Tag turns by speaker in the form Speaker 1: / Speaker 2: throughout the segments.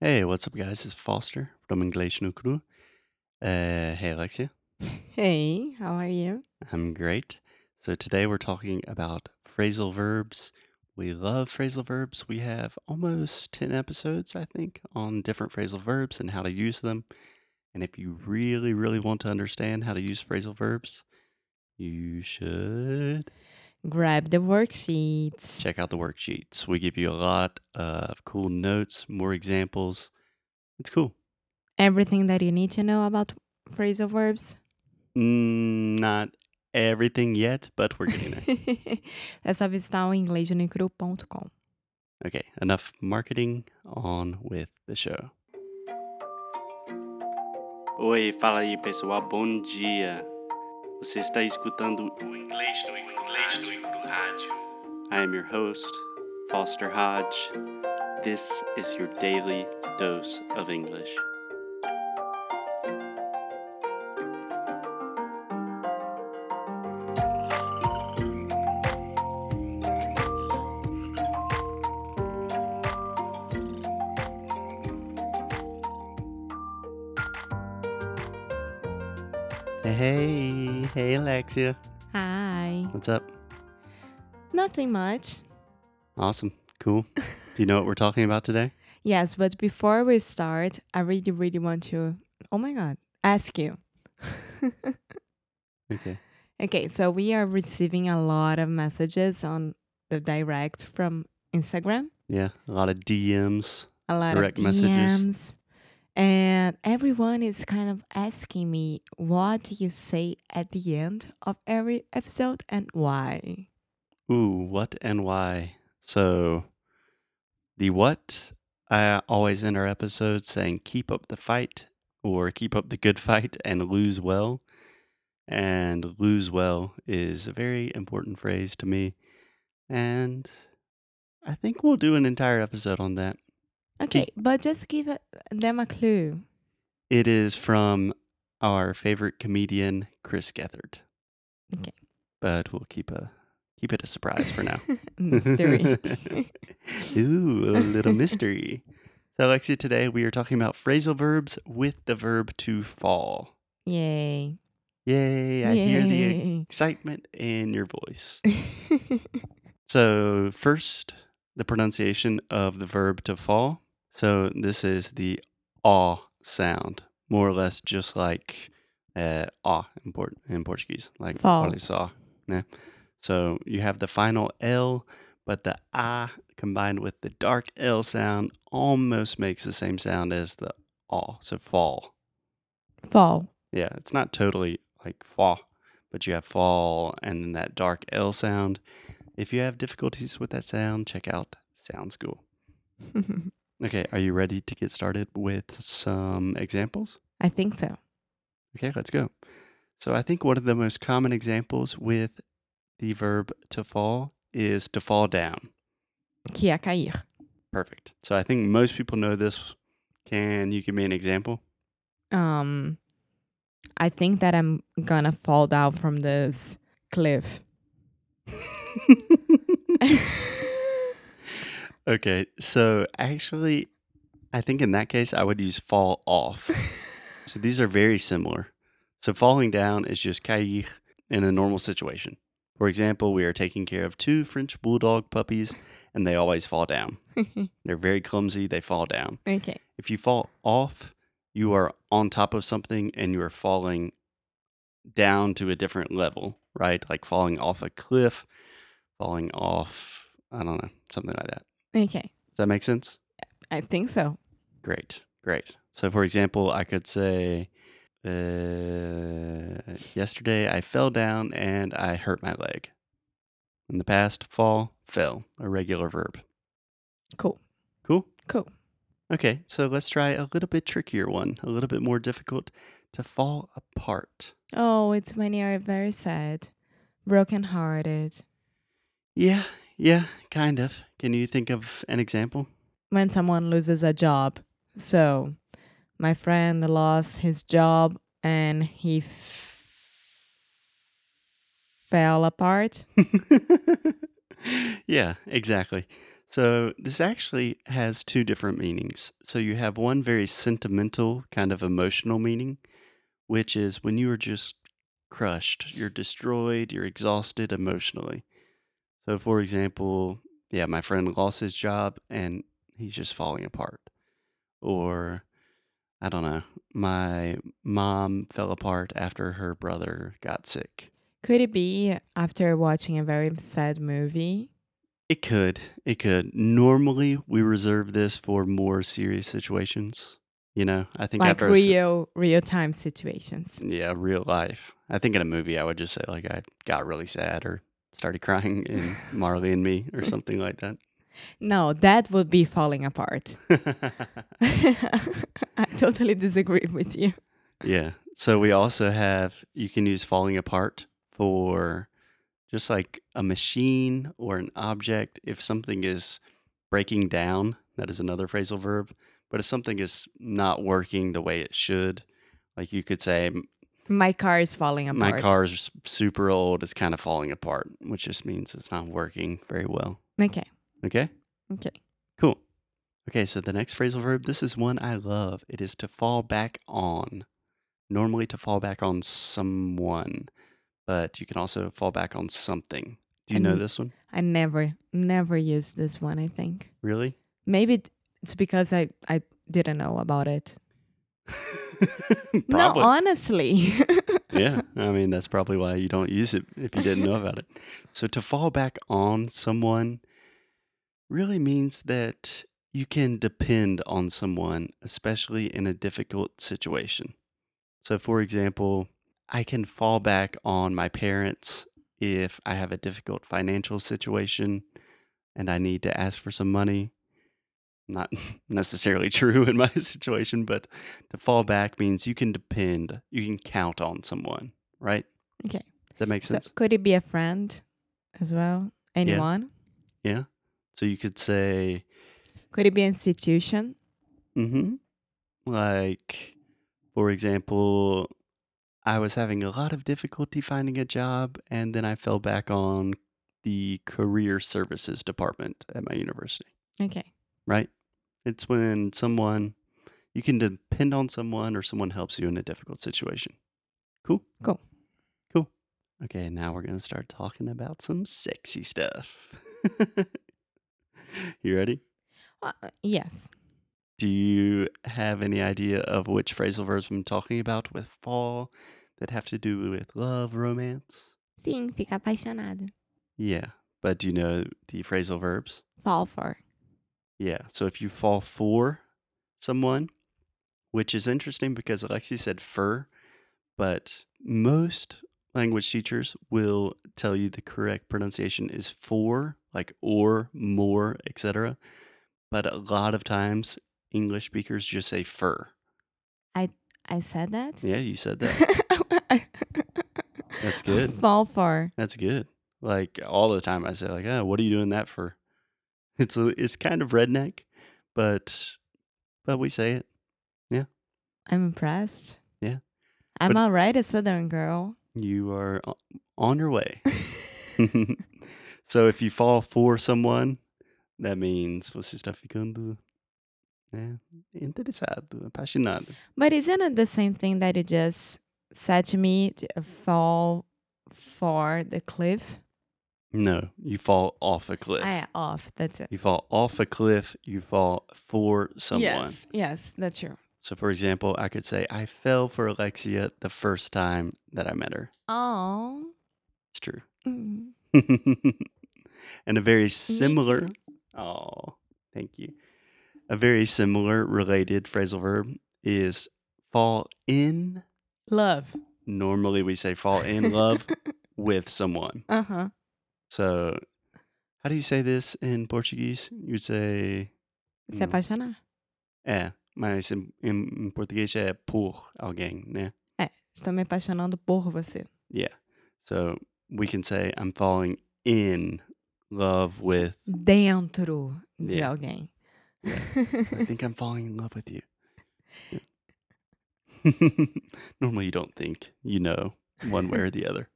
Speaker 1: Hey, what's up, guys? It's Foster from English No Crew. Uh, hey, Alexia.
Speaker 2: Hey, how are you?
Speaker 1: I'm great. So today we're talking about phrasal verbs. We love phrasal verbs. We have almost 10 episodes, I think, on different phrasal verbs and how to use them. And if you really, really want to understand how to use phrasal verbs, you should
Speaker 2: Grab the worksheets.
Speaker 1: check out the worksheets. We give you a lot of cool notes, more examples. It's cool.
Speaker 2: Everything that you need to know about phrasal verbs.
Speaker 1: Mm, Not everything yet, but we're getting there.
Speaker 2: Dessa vez está o inglêsjonicru.com.
Speaker 1: Okay, enough marketing. On with the show. Oi, fala aí pessoal, bom dia. Você está escutando o Inglês no Inglês no Rádio. I am your host, Foster Hodge. This is your daily dose of English. Hey, hey Alexia.
Speaker 2: Hi.
Speaker 1: What's up?
Speaker 2: Nothing much.
Speaker 1: Awesome. Cool. Do you know what we're talking about today?
Speaker 2: Yes, but before we start, I really, really want to, oh my God, ask you.
Speaker 1: Okay.
Speaker 2: okay, so we are receiving a lot of messages on the direct from Instagram,
Speaker 1: Yeah, a lot of DMs,
Speaker 2: a lot
Speaker 1: direct
Speaker 2: of
Speaker 1: messages.
Speaker 2: DMs. And everyone is kind of asking me, what do you say at the end of every episode and why?
Speaker 1: Ooh, what and why? So, the what I always end our episodes saying keep up the fight or keep up the good fight and lose well. And lose well is a very important phrase to me. And I think we'll do an entire episode on that.
Speaker 2: Okay,
Speaker 1: Keep
Speaker 2: but just give uh, them a clue.
Speaker 1: it is from our favorite comedian Chris Gethard,
Speaker 2: Okay.
Speaker 1: but we'll keep a keep it a surprise for now.
Speaker 2: Mystery.
Speaker 1: Ooh, a little mystery. So, Alexia, today we are talking about phrasal verbs with the verb to fall.
Speaker 2: Yay.
Speaker 1: Yay, I hear the
Speaker 2: Yay.
Speaker 1: excitement in your voice. So, first, the pronunciation of the verb to fall. So, this is the ah sound, more or less just like uh, ah in, Port- in Portuguese, like
Speaker 2: Fall.
Speaker 1: olha só. né? So, you have the final L, but the ah combined with the dark L sound almost makes the same sound as the ah. So, fall.
Speaker 2: Fall.
Speaker 1: Yeah, it's not totally like fall, but you have fall and then that dark L sound. If you have difficulties with that sound, check out Sound School. Okay, are you ready to get started with some examples?
Speaker 2: I think so.
Speaker 1: Okay, let's go. So, I think one of the most common examples with the verb to fall is to fall down.
Speaker 2: Que é cair.
Speaker 1: Perfect. So, I think most people know this. Can you give me an example?
Speaker 2: Um, I think that I'm gonna fall down from this cliff.
Speaker 1: okay, so actually, I think in that case, I would use fall off. So these are very similar. So falling down is just cair in a normal situation. For example, we are taking care of two French bulldog puppies and they always fall down. They're very clumsy, they fall down.
Speaker 2: okay.
Speaker 1: If you fall off, you are on top of something and you are falling down to a different level, right? Like falling off a cliff, falling off, I don't know, something like that.
Speaker 2: Okay.
Speaker 1: Does that make sense?
Speaker 2: I think so.
Speaker 1: Great, great. So, for example, I could say, uh, yesterday I fell down and I hurt my leg. In the past, fall, fell, a regular verb.
Speaker 2: Cool.
Speaker 1: Cool?
Speaker 2: Cool.
Speaker 1: Okay, so let's try a little bit trickier one, a little bit more difficult to fall apart.
Speaker 2: Oh, it's when you're very sad, broken hearted.
Speaker 1: Yeah, yeah, kind of. Can you think of an example?
Speaker 2: When someone loses a job. So, my friend lost his job and he f- fell apart.
Speaker 1: yeah, exactly. So this actually has two different meanings. So you have one very sentimental, kind of emotional meaning, which is when you are just crushed, you're destroyed, you're exhausted emotionally. So, for example, yeah, my friend lost his job and he's just falling apart. Or, I don't know, my mom fell apart after her brother got sick.
Speaker 2: Could it be after watching a very sad movie?
Speaker 1: It could. It could. Normally, we reserve this for more serious situations. You know, I think
Speaker 2: Like
Speaker 1: after a s-
Speaker 2: real real time situations.
Speaker 1: yeah, real life. I think in a movie, I would just say like I got really sad or started crying in Marley and Me or something like that.
Speaker 2: No, that would be falling apart. I totally disagree with you.
Speaker 1: yeah. So we also have you can use falling apart for just like a machine or an object if something is breaking down. That is another phrasal verb. But if something is not working the way it should, like you could say, "M-
Speaker 2: My car is falling apart.
Speaker 1: my car's s- super old, it's kind of falling apart, which just means it's not working very well.
Speaker 2: Okay.
Speaker 1: Okay?
Speaker 2: Okay.
Speaker 1: Cool. Okay, so the next phrasal verb, this is one I love. It is to fall back on. Normally to fall back on someone, but you can also fall back on something. Do you know
Speaker 2: And-
Speaker 1: this one?
Speaker 2: I never never used this one, I think.
Speaker 1: Really?
Speaker 2: Maybe it- it's because I I didn't know about it.
Speaker 1: probably.
Speaker 2: No, honestly.
Speaker 1: yeah. I mean, that's probably why you don't use it if you didn't know about it. So to fall back on someone really means that you can depend on someone, especially in a difficult situation. So, for example, I can fall back on my parents if I have a difficult financial situation and I need to ask for some money. Not necessarily true in my situation, but to fall back means you can depend, you can count on someone, right?
Speaker 2: Okay.
Speaker 1: Does that make
Speaker 2: So
Speaker 1: sense?
Speaker 2: could it be a friend as well? Anyone?
Speaker 1: yeah. So you could say,
Speaker 2: Could it be an institution?
Speaker 1: Mm-hmm. Like, for example, I was having a lot of difficulty finding a job, and then I fell back on the career services department at my university,
Speaker 2: Okay.
Speaker 1: right? It's when someone, you can depend on someone or someone helps you in a difficult situation. Cool?
Speaker 2: Cool.
Speaker 1: Cool. Okay, now we're going to start talking about some sexy stuff. you ready?
Speaker 2: Uh, uh, yes.
Speaker 1: Do you have any idea of which phrasal verbs I'm talking about with fall that have to do with love, romance?
Speaker 2: Sim, fica apaixonado.
Speaker 1: Yeah. But do you know the phrasal verbs?
Speaker 2: Fall for.
Speaker 1: Yeah. So if you fall for someone, which is interesting because Alexi said fur, but most language teachers will tell you the correct pronunciation is for, like or, more, etc. But a lot of times English speakers just say fur.
Speaker 2: I said that.
Speaker 1: Yeah, you said that. That's good.
Speaker 2: Fall for.
Speaker 1: That's good. Like all the time, I say like, "Oh, what are you doing that for?" It's a, it's kind of redneck, but but we say it.
Speaker 2: I'm impressed.
Speaker 1: Yeah.
Speaker 2: I'm
Speaker 1: But-
Speaker 2: alright, a southern girl.
Speaker 1: You are o- on your way. so if you fall for someone, that means você está ficando né, interessado, apaixonado.
Speaker 2: But isn't it the same thing that you just said to me? to uh, fall for the cliff?
Speaker 1: No, you fall off a cliff.
Speaker 2: I off. That's it.
Speaker 1: You fall off a cliff. You fall for someone.
Speaker 2: Yes. Yes, that's true.
Speaker 1: So, for example, I could say, I fell for Alexia the first time that I met her.
Speaker 2: Oh.
Speaker 1: It's true.
Speaker 2: Mm.
Speaker 1: and a very similar, oh, thank you. A very similar related phrasal verb is fall in.
Speaker 2: Love.
Speaker 1: Normally we say fall in love with someone.
Speaker 2: uh huh.
Speaker 1: So, how do you say this in Portuguese? You'd say,
Speaker 2: Se
Speaker 1: mm,
Speaker 2: apaixonar.
Speaker 1: é, mas em, em português é por alguém, né?
Speaker 2: É, estou me apaixonando por você.
Speaker 1: Yeah. So we can say I'm falling in love with.
Speaker 2: Dentro de
Speaker 1: Yeah.
Speaker 2: alguém.
Speaker 1: I think I'm falling in love with you. Yeah. Normally, you don't think, you know, one way or the other.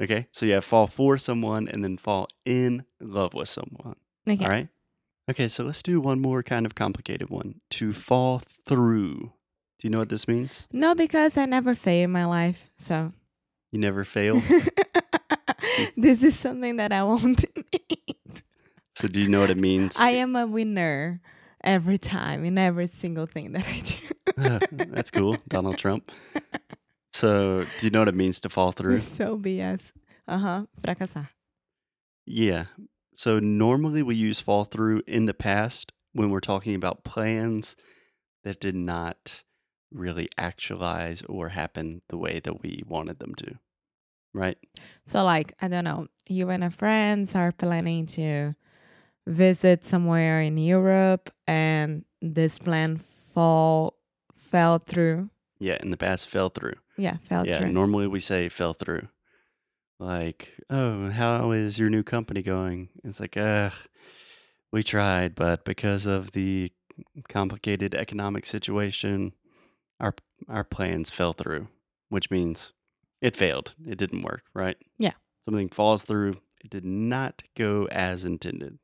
Speaker 1: Okay. So you have fall for someone and then fall in love with someone.
Speaker 2: Okay.
Speaker 1: All right. Okay, so let's do one more kind of complicated one. To fall through. Do you know what this means?
Speaker 2: No, because I never fail in my life. So
Speaker 1: You never fail.
Speaker 2: this is something that I won't need.
Speaker 1: so do you know what it means?
Speaker 2: I am a winner every time in every single thing that I do.
Speaker 1: That's cool, Donald Trump. So do you know what it means to fall through?
Speaker 2: So BS. Uh huh. Fracasar.
Speaker 1: Yeah. So normally we use fall through in the past when we're talking about plans that did not really actualize or happen the way that we wanted them to. Right?
Speaker 2: So, like, I don't know, you and a friends are planning to visit somewhere in Europe, and this plan fall fell through.
Speaker 1: Yeah, in the past fell through.
Speaker 2: Yeah, fell
Speaker 1: yeah,
Speaker 2: through.
Speaker 1: normally we say fell through. Like, oh, how is your new company going? It's like, ugh, we tried, but because of the complicated economic situation, our our plans fell through, which means it failed. It didn't work, right?
Speaker 2: Yeah.
Speaker 1: Something falls through. It did not go as intended.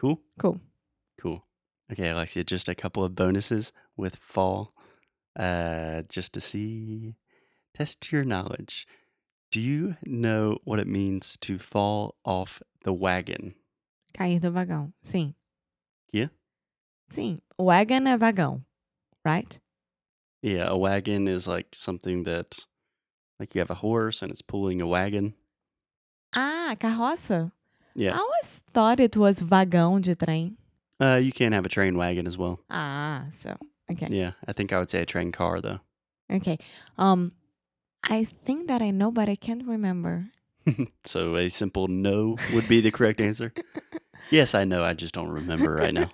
Speaker 1: Cool?
Speaker 2: Cool.
Speaker 1: Cool. Okay, Alexia, just a couple of bonuses with fall, uh, just to see, test your knowledge. Do you know what it means to fall off the wagon?
Speaker 2: Cair do vagão. Sim.
Speaker 1: Yeah?
Speaker 2: Sim. Wagon é vagão, right?
Speaker 1: Yeah, a wagon is like something that, like you have a horse and it's pulling a wagon.
Speaker 2: Ah, carroça. I
Speaker 1: Yeah.
Speaker 2: always thought it was vagão de trem.
Speaker 1: Uh, you can have a train wagon as well.
Speaker 2: Ah, so okay.
Speaker 1: Yeah, I think I would say a train car though.
Speaker 2: Okay. Um, I think that I know, but I can't remember.
Speaker 1: So a simple no would be the correct answer. Yes, I know. I just don't remember right now.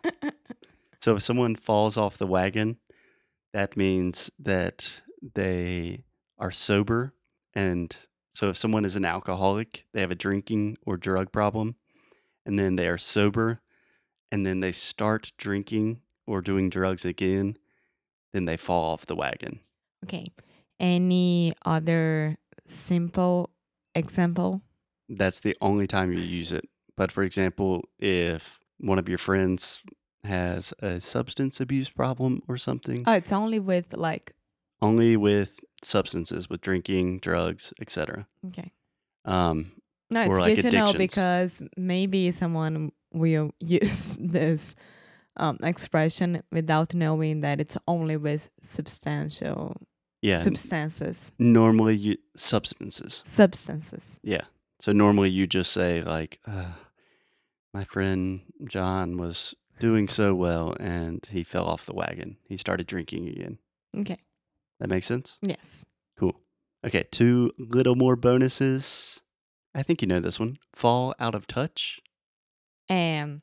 Speaker 1: So if someone falls off the wagon, that means that they are sober. And so if someone is an alcoholic, they have a drinking or drug problem, and then they are sober, and then they start drinking or doing drugs again, then they fall off the wagon.
Speaker 2: Okay. Any other simple example?
Speaker 1: That's the only time you use it. But for example, if one of your friends has a substance abuse problem or something,
Speaker 2: Oh, it's only with like
Speaker 1: only with substances, with drinking, drugs, etc.
Speaker 2: okay.
Speaker 1: Um,
Speaker 2: No,
Speaker 1: Or
Speaker 2: it's
Speaker 1: like
Speaker 2: good to know
Speaker 1: addictions.
Speaker 2: because maybe someone will use this um, expression without knowing that it's only with substantial
Speaker 1: yeah. n-
Speaker 2: substances.
Speaker 1: normally, you, substances.
Speaker 2: Substances.
Speaker 1: Yeah. So normally you just say like, uh, "My friend John was doing so well, and he fell off the wagon. He started drinking again."
Speaker 2: Okay.
Speaker 1: That makes sense.
Speaker 2: Yes.
Speaker 1: Cool. Okay, two little more bonuses. I think you know this one. Fall out of touch.
Speaker 2: And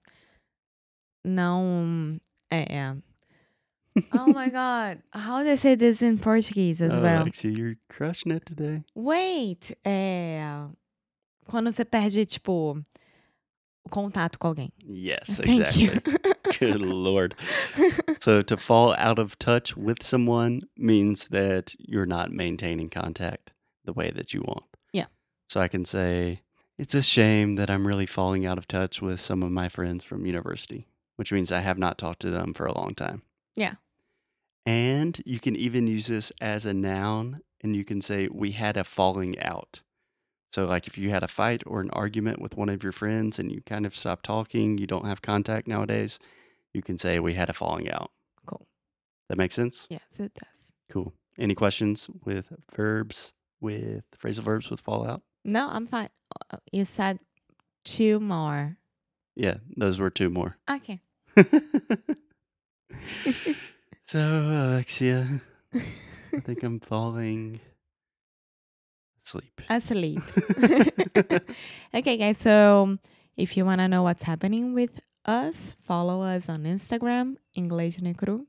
Speaker 2: não é. oh my god, how do I say this in Portuguese as
Speaker 1: Oh,
Speaker 2: well?
Speaker 1: Alexia, you're crushing it today.
Speaker 2: Wait, é. Quando você perde, tipo, o contato com alguém.
Speaker 1: Yes,
Speaker 2: Thank
Speaker 1: exactly.
Speaker 2: you.
Speaker 1: Good lord. So to fall out of touch with someone means that you're not maintaining contact the way that you want.
Speaker 2: Yeah.
Speaker 1: So I can say it's a shame that I'm really falling out of touch with some of my friends from university, which means I have not talked to them for a long time.
Speaker 2: Yeah.
Speaker 1: And you can even use this as a noun and you can say we had a falling out. So like if you had a fight or an argument with one of your friends and you kind of stopped talking, you don't have contact nowadays, you can say we had a falling out.
Speaker 2: Cool.
Speaker 1: That makes sense?
Speaker 2: Yes, it does.
Speaker 1: Cool. Any questions with verbs, with phrasal verbs with fallout?
Speaker 2: No, I'm fine. Uh, You said two more.
Speaker 1: Yeah, those were two more.
Speaker 2: Okay.
Speaker 1: so, Alexia, I think I'm falling asleep.
Speaker 2: Asleep. okay, guys. So um, if you want to know what's happening with us, follow us on Instagram, English Necru.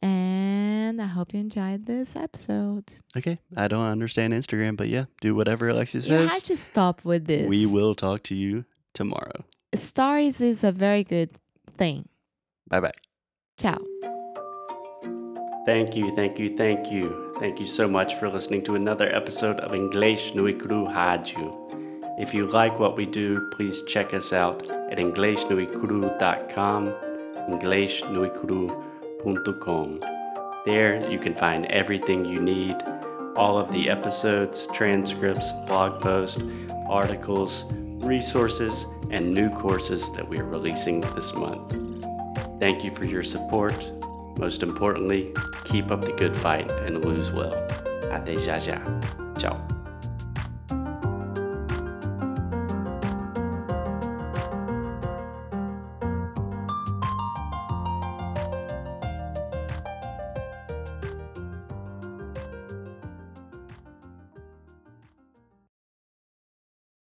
Speaker 2: And I hope you enjoyed this episode.
Speaker 1: okay, I don't understand Instagram, but yeah, do whatever Alexia
Speaker 2: You had
Speaker 1: says.
Speaker 2: to stop with this.
Speaker 1: We will talk to you tomorrow.
Speaker 2: Stories is a very good thing.
Speaker 1: Bye bye.
Speaker 2: Ciao.
Speaker 1: Thank you, thank you, thank you. Thank you so much for listening to another episode of English Nui Kru Haju. If you like what we do, please check us out at inglesnuicru.com, inglesnuicru.com. There you can find everything you need, all of the episodes, transcripts, blog posts, articles, resources, and new courses that we are releasing this month. Thank you for your support. Most importantly, keep up the good fight and lose well. Até já já. Ciao.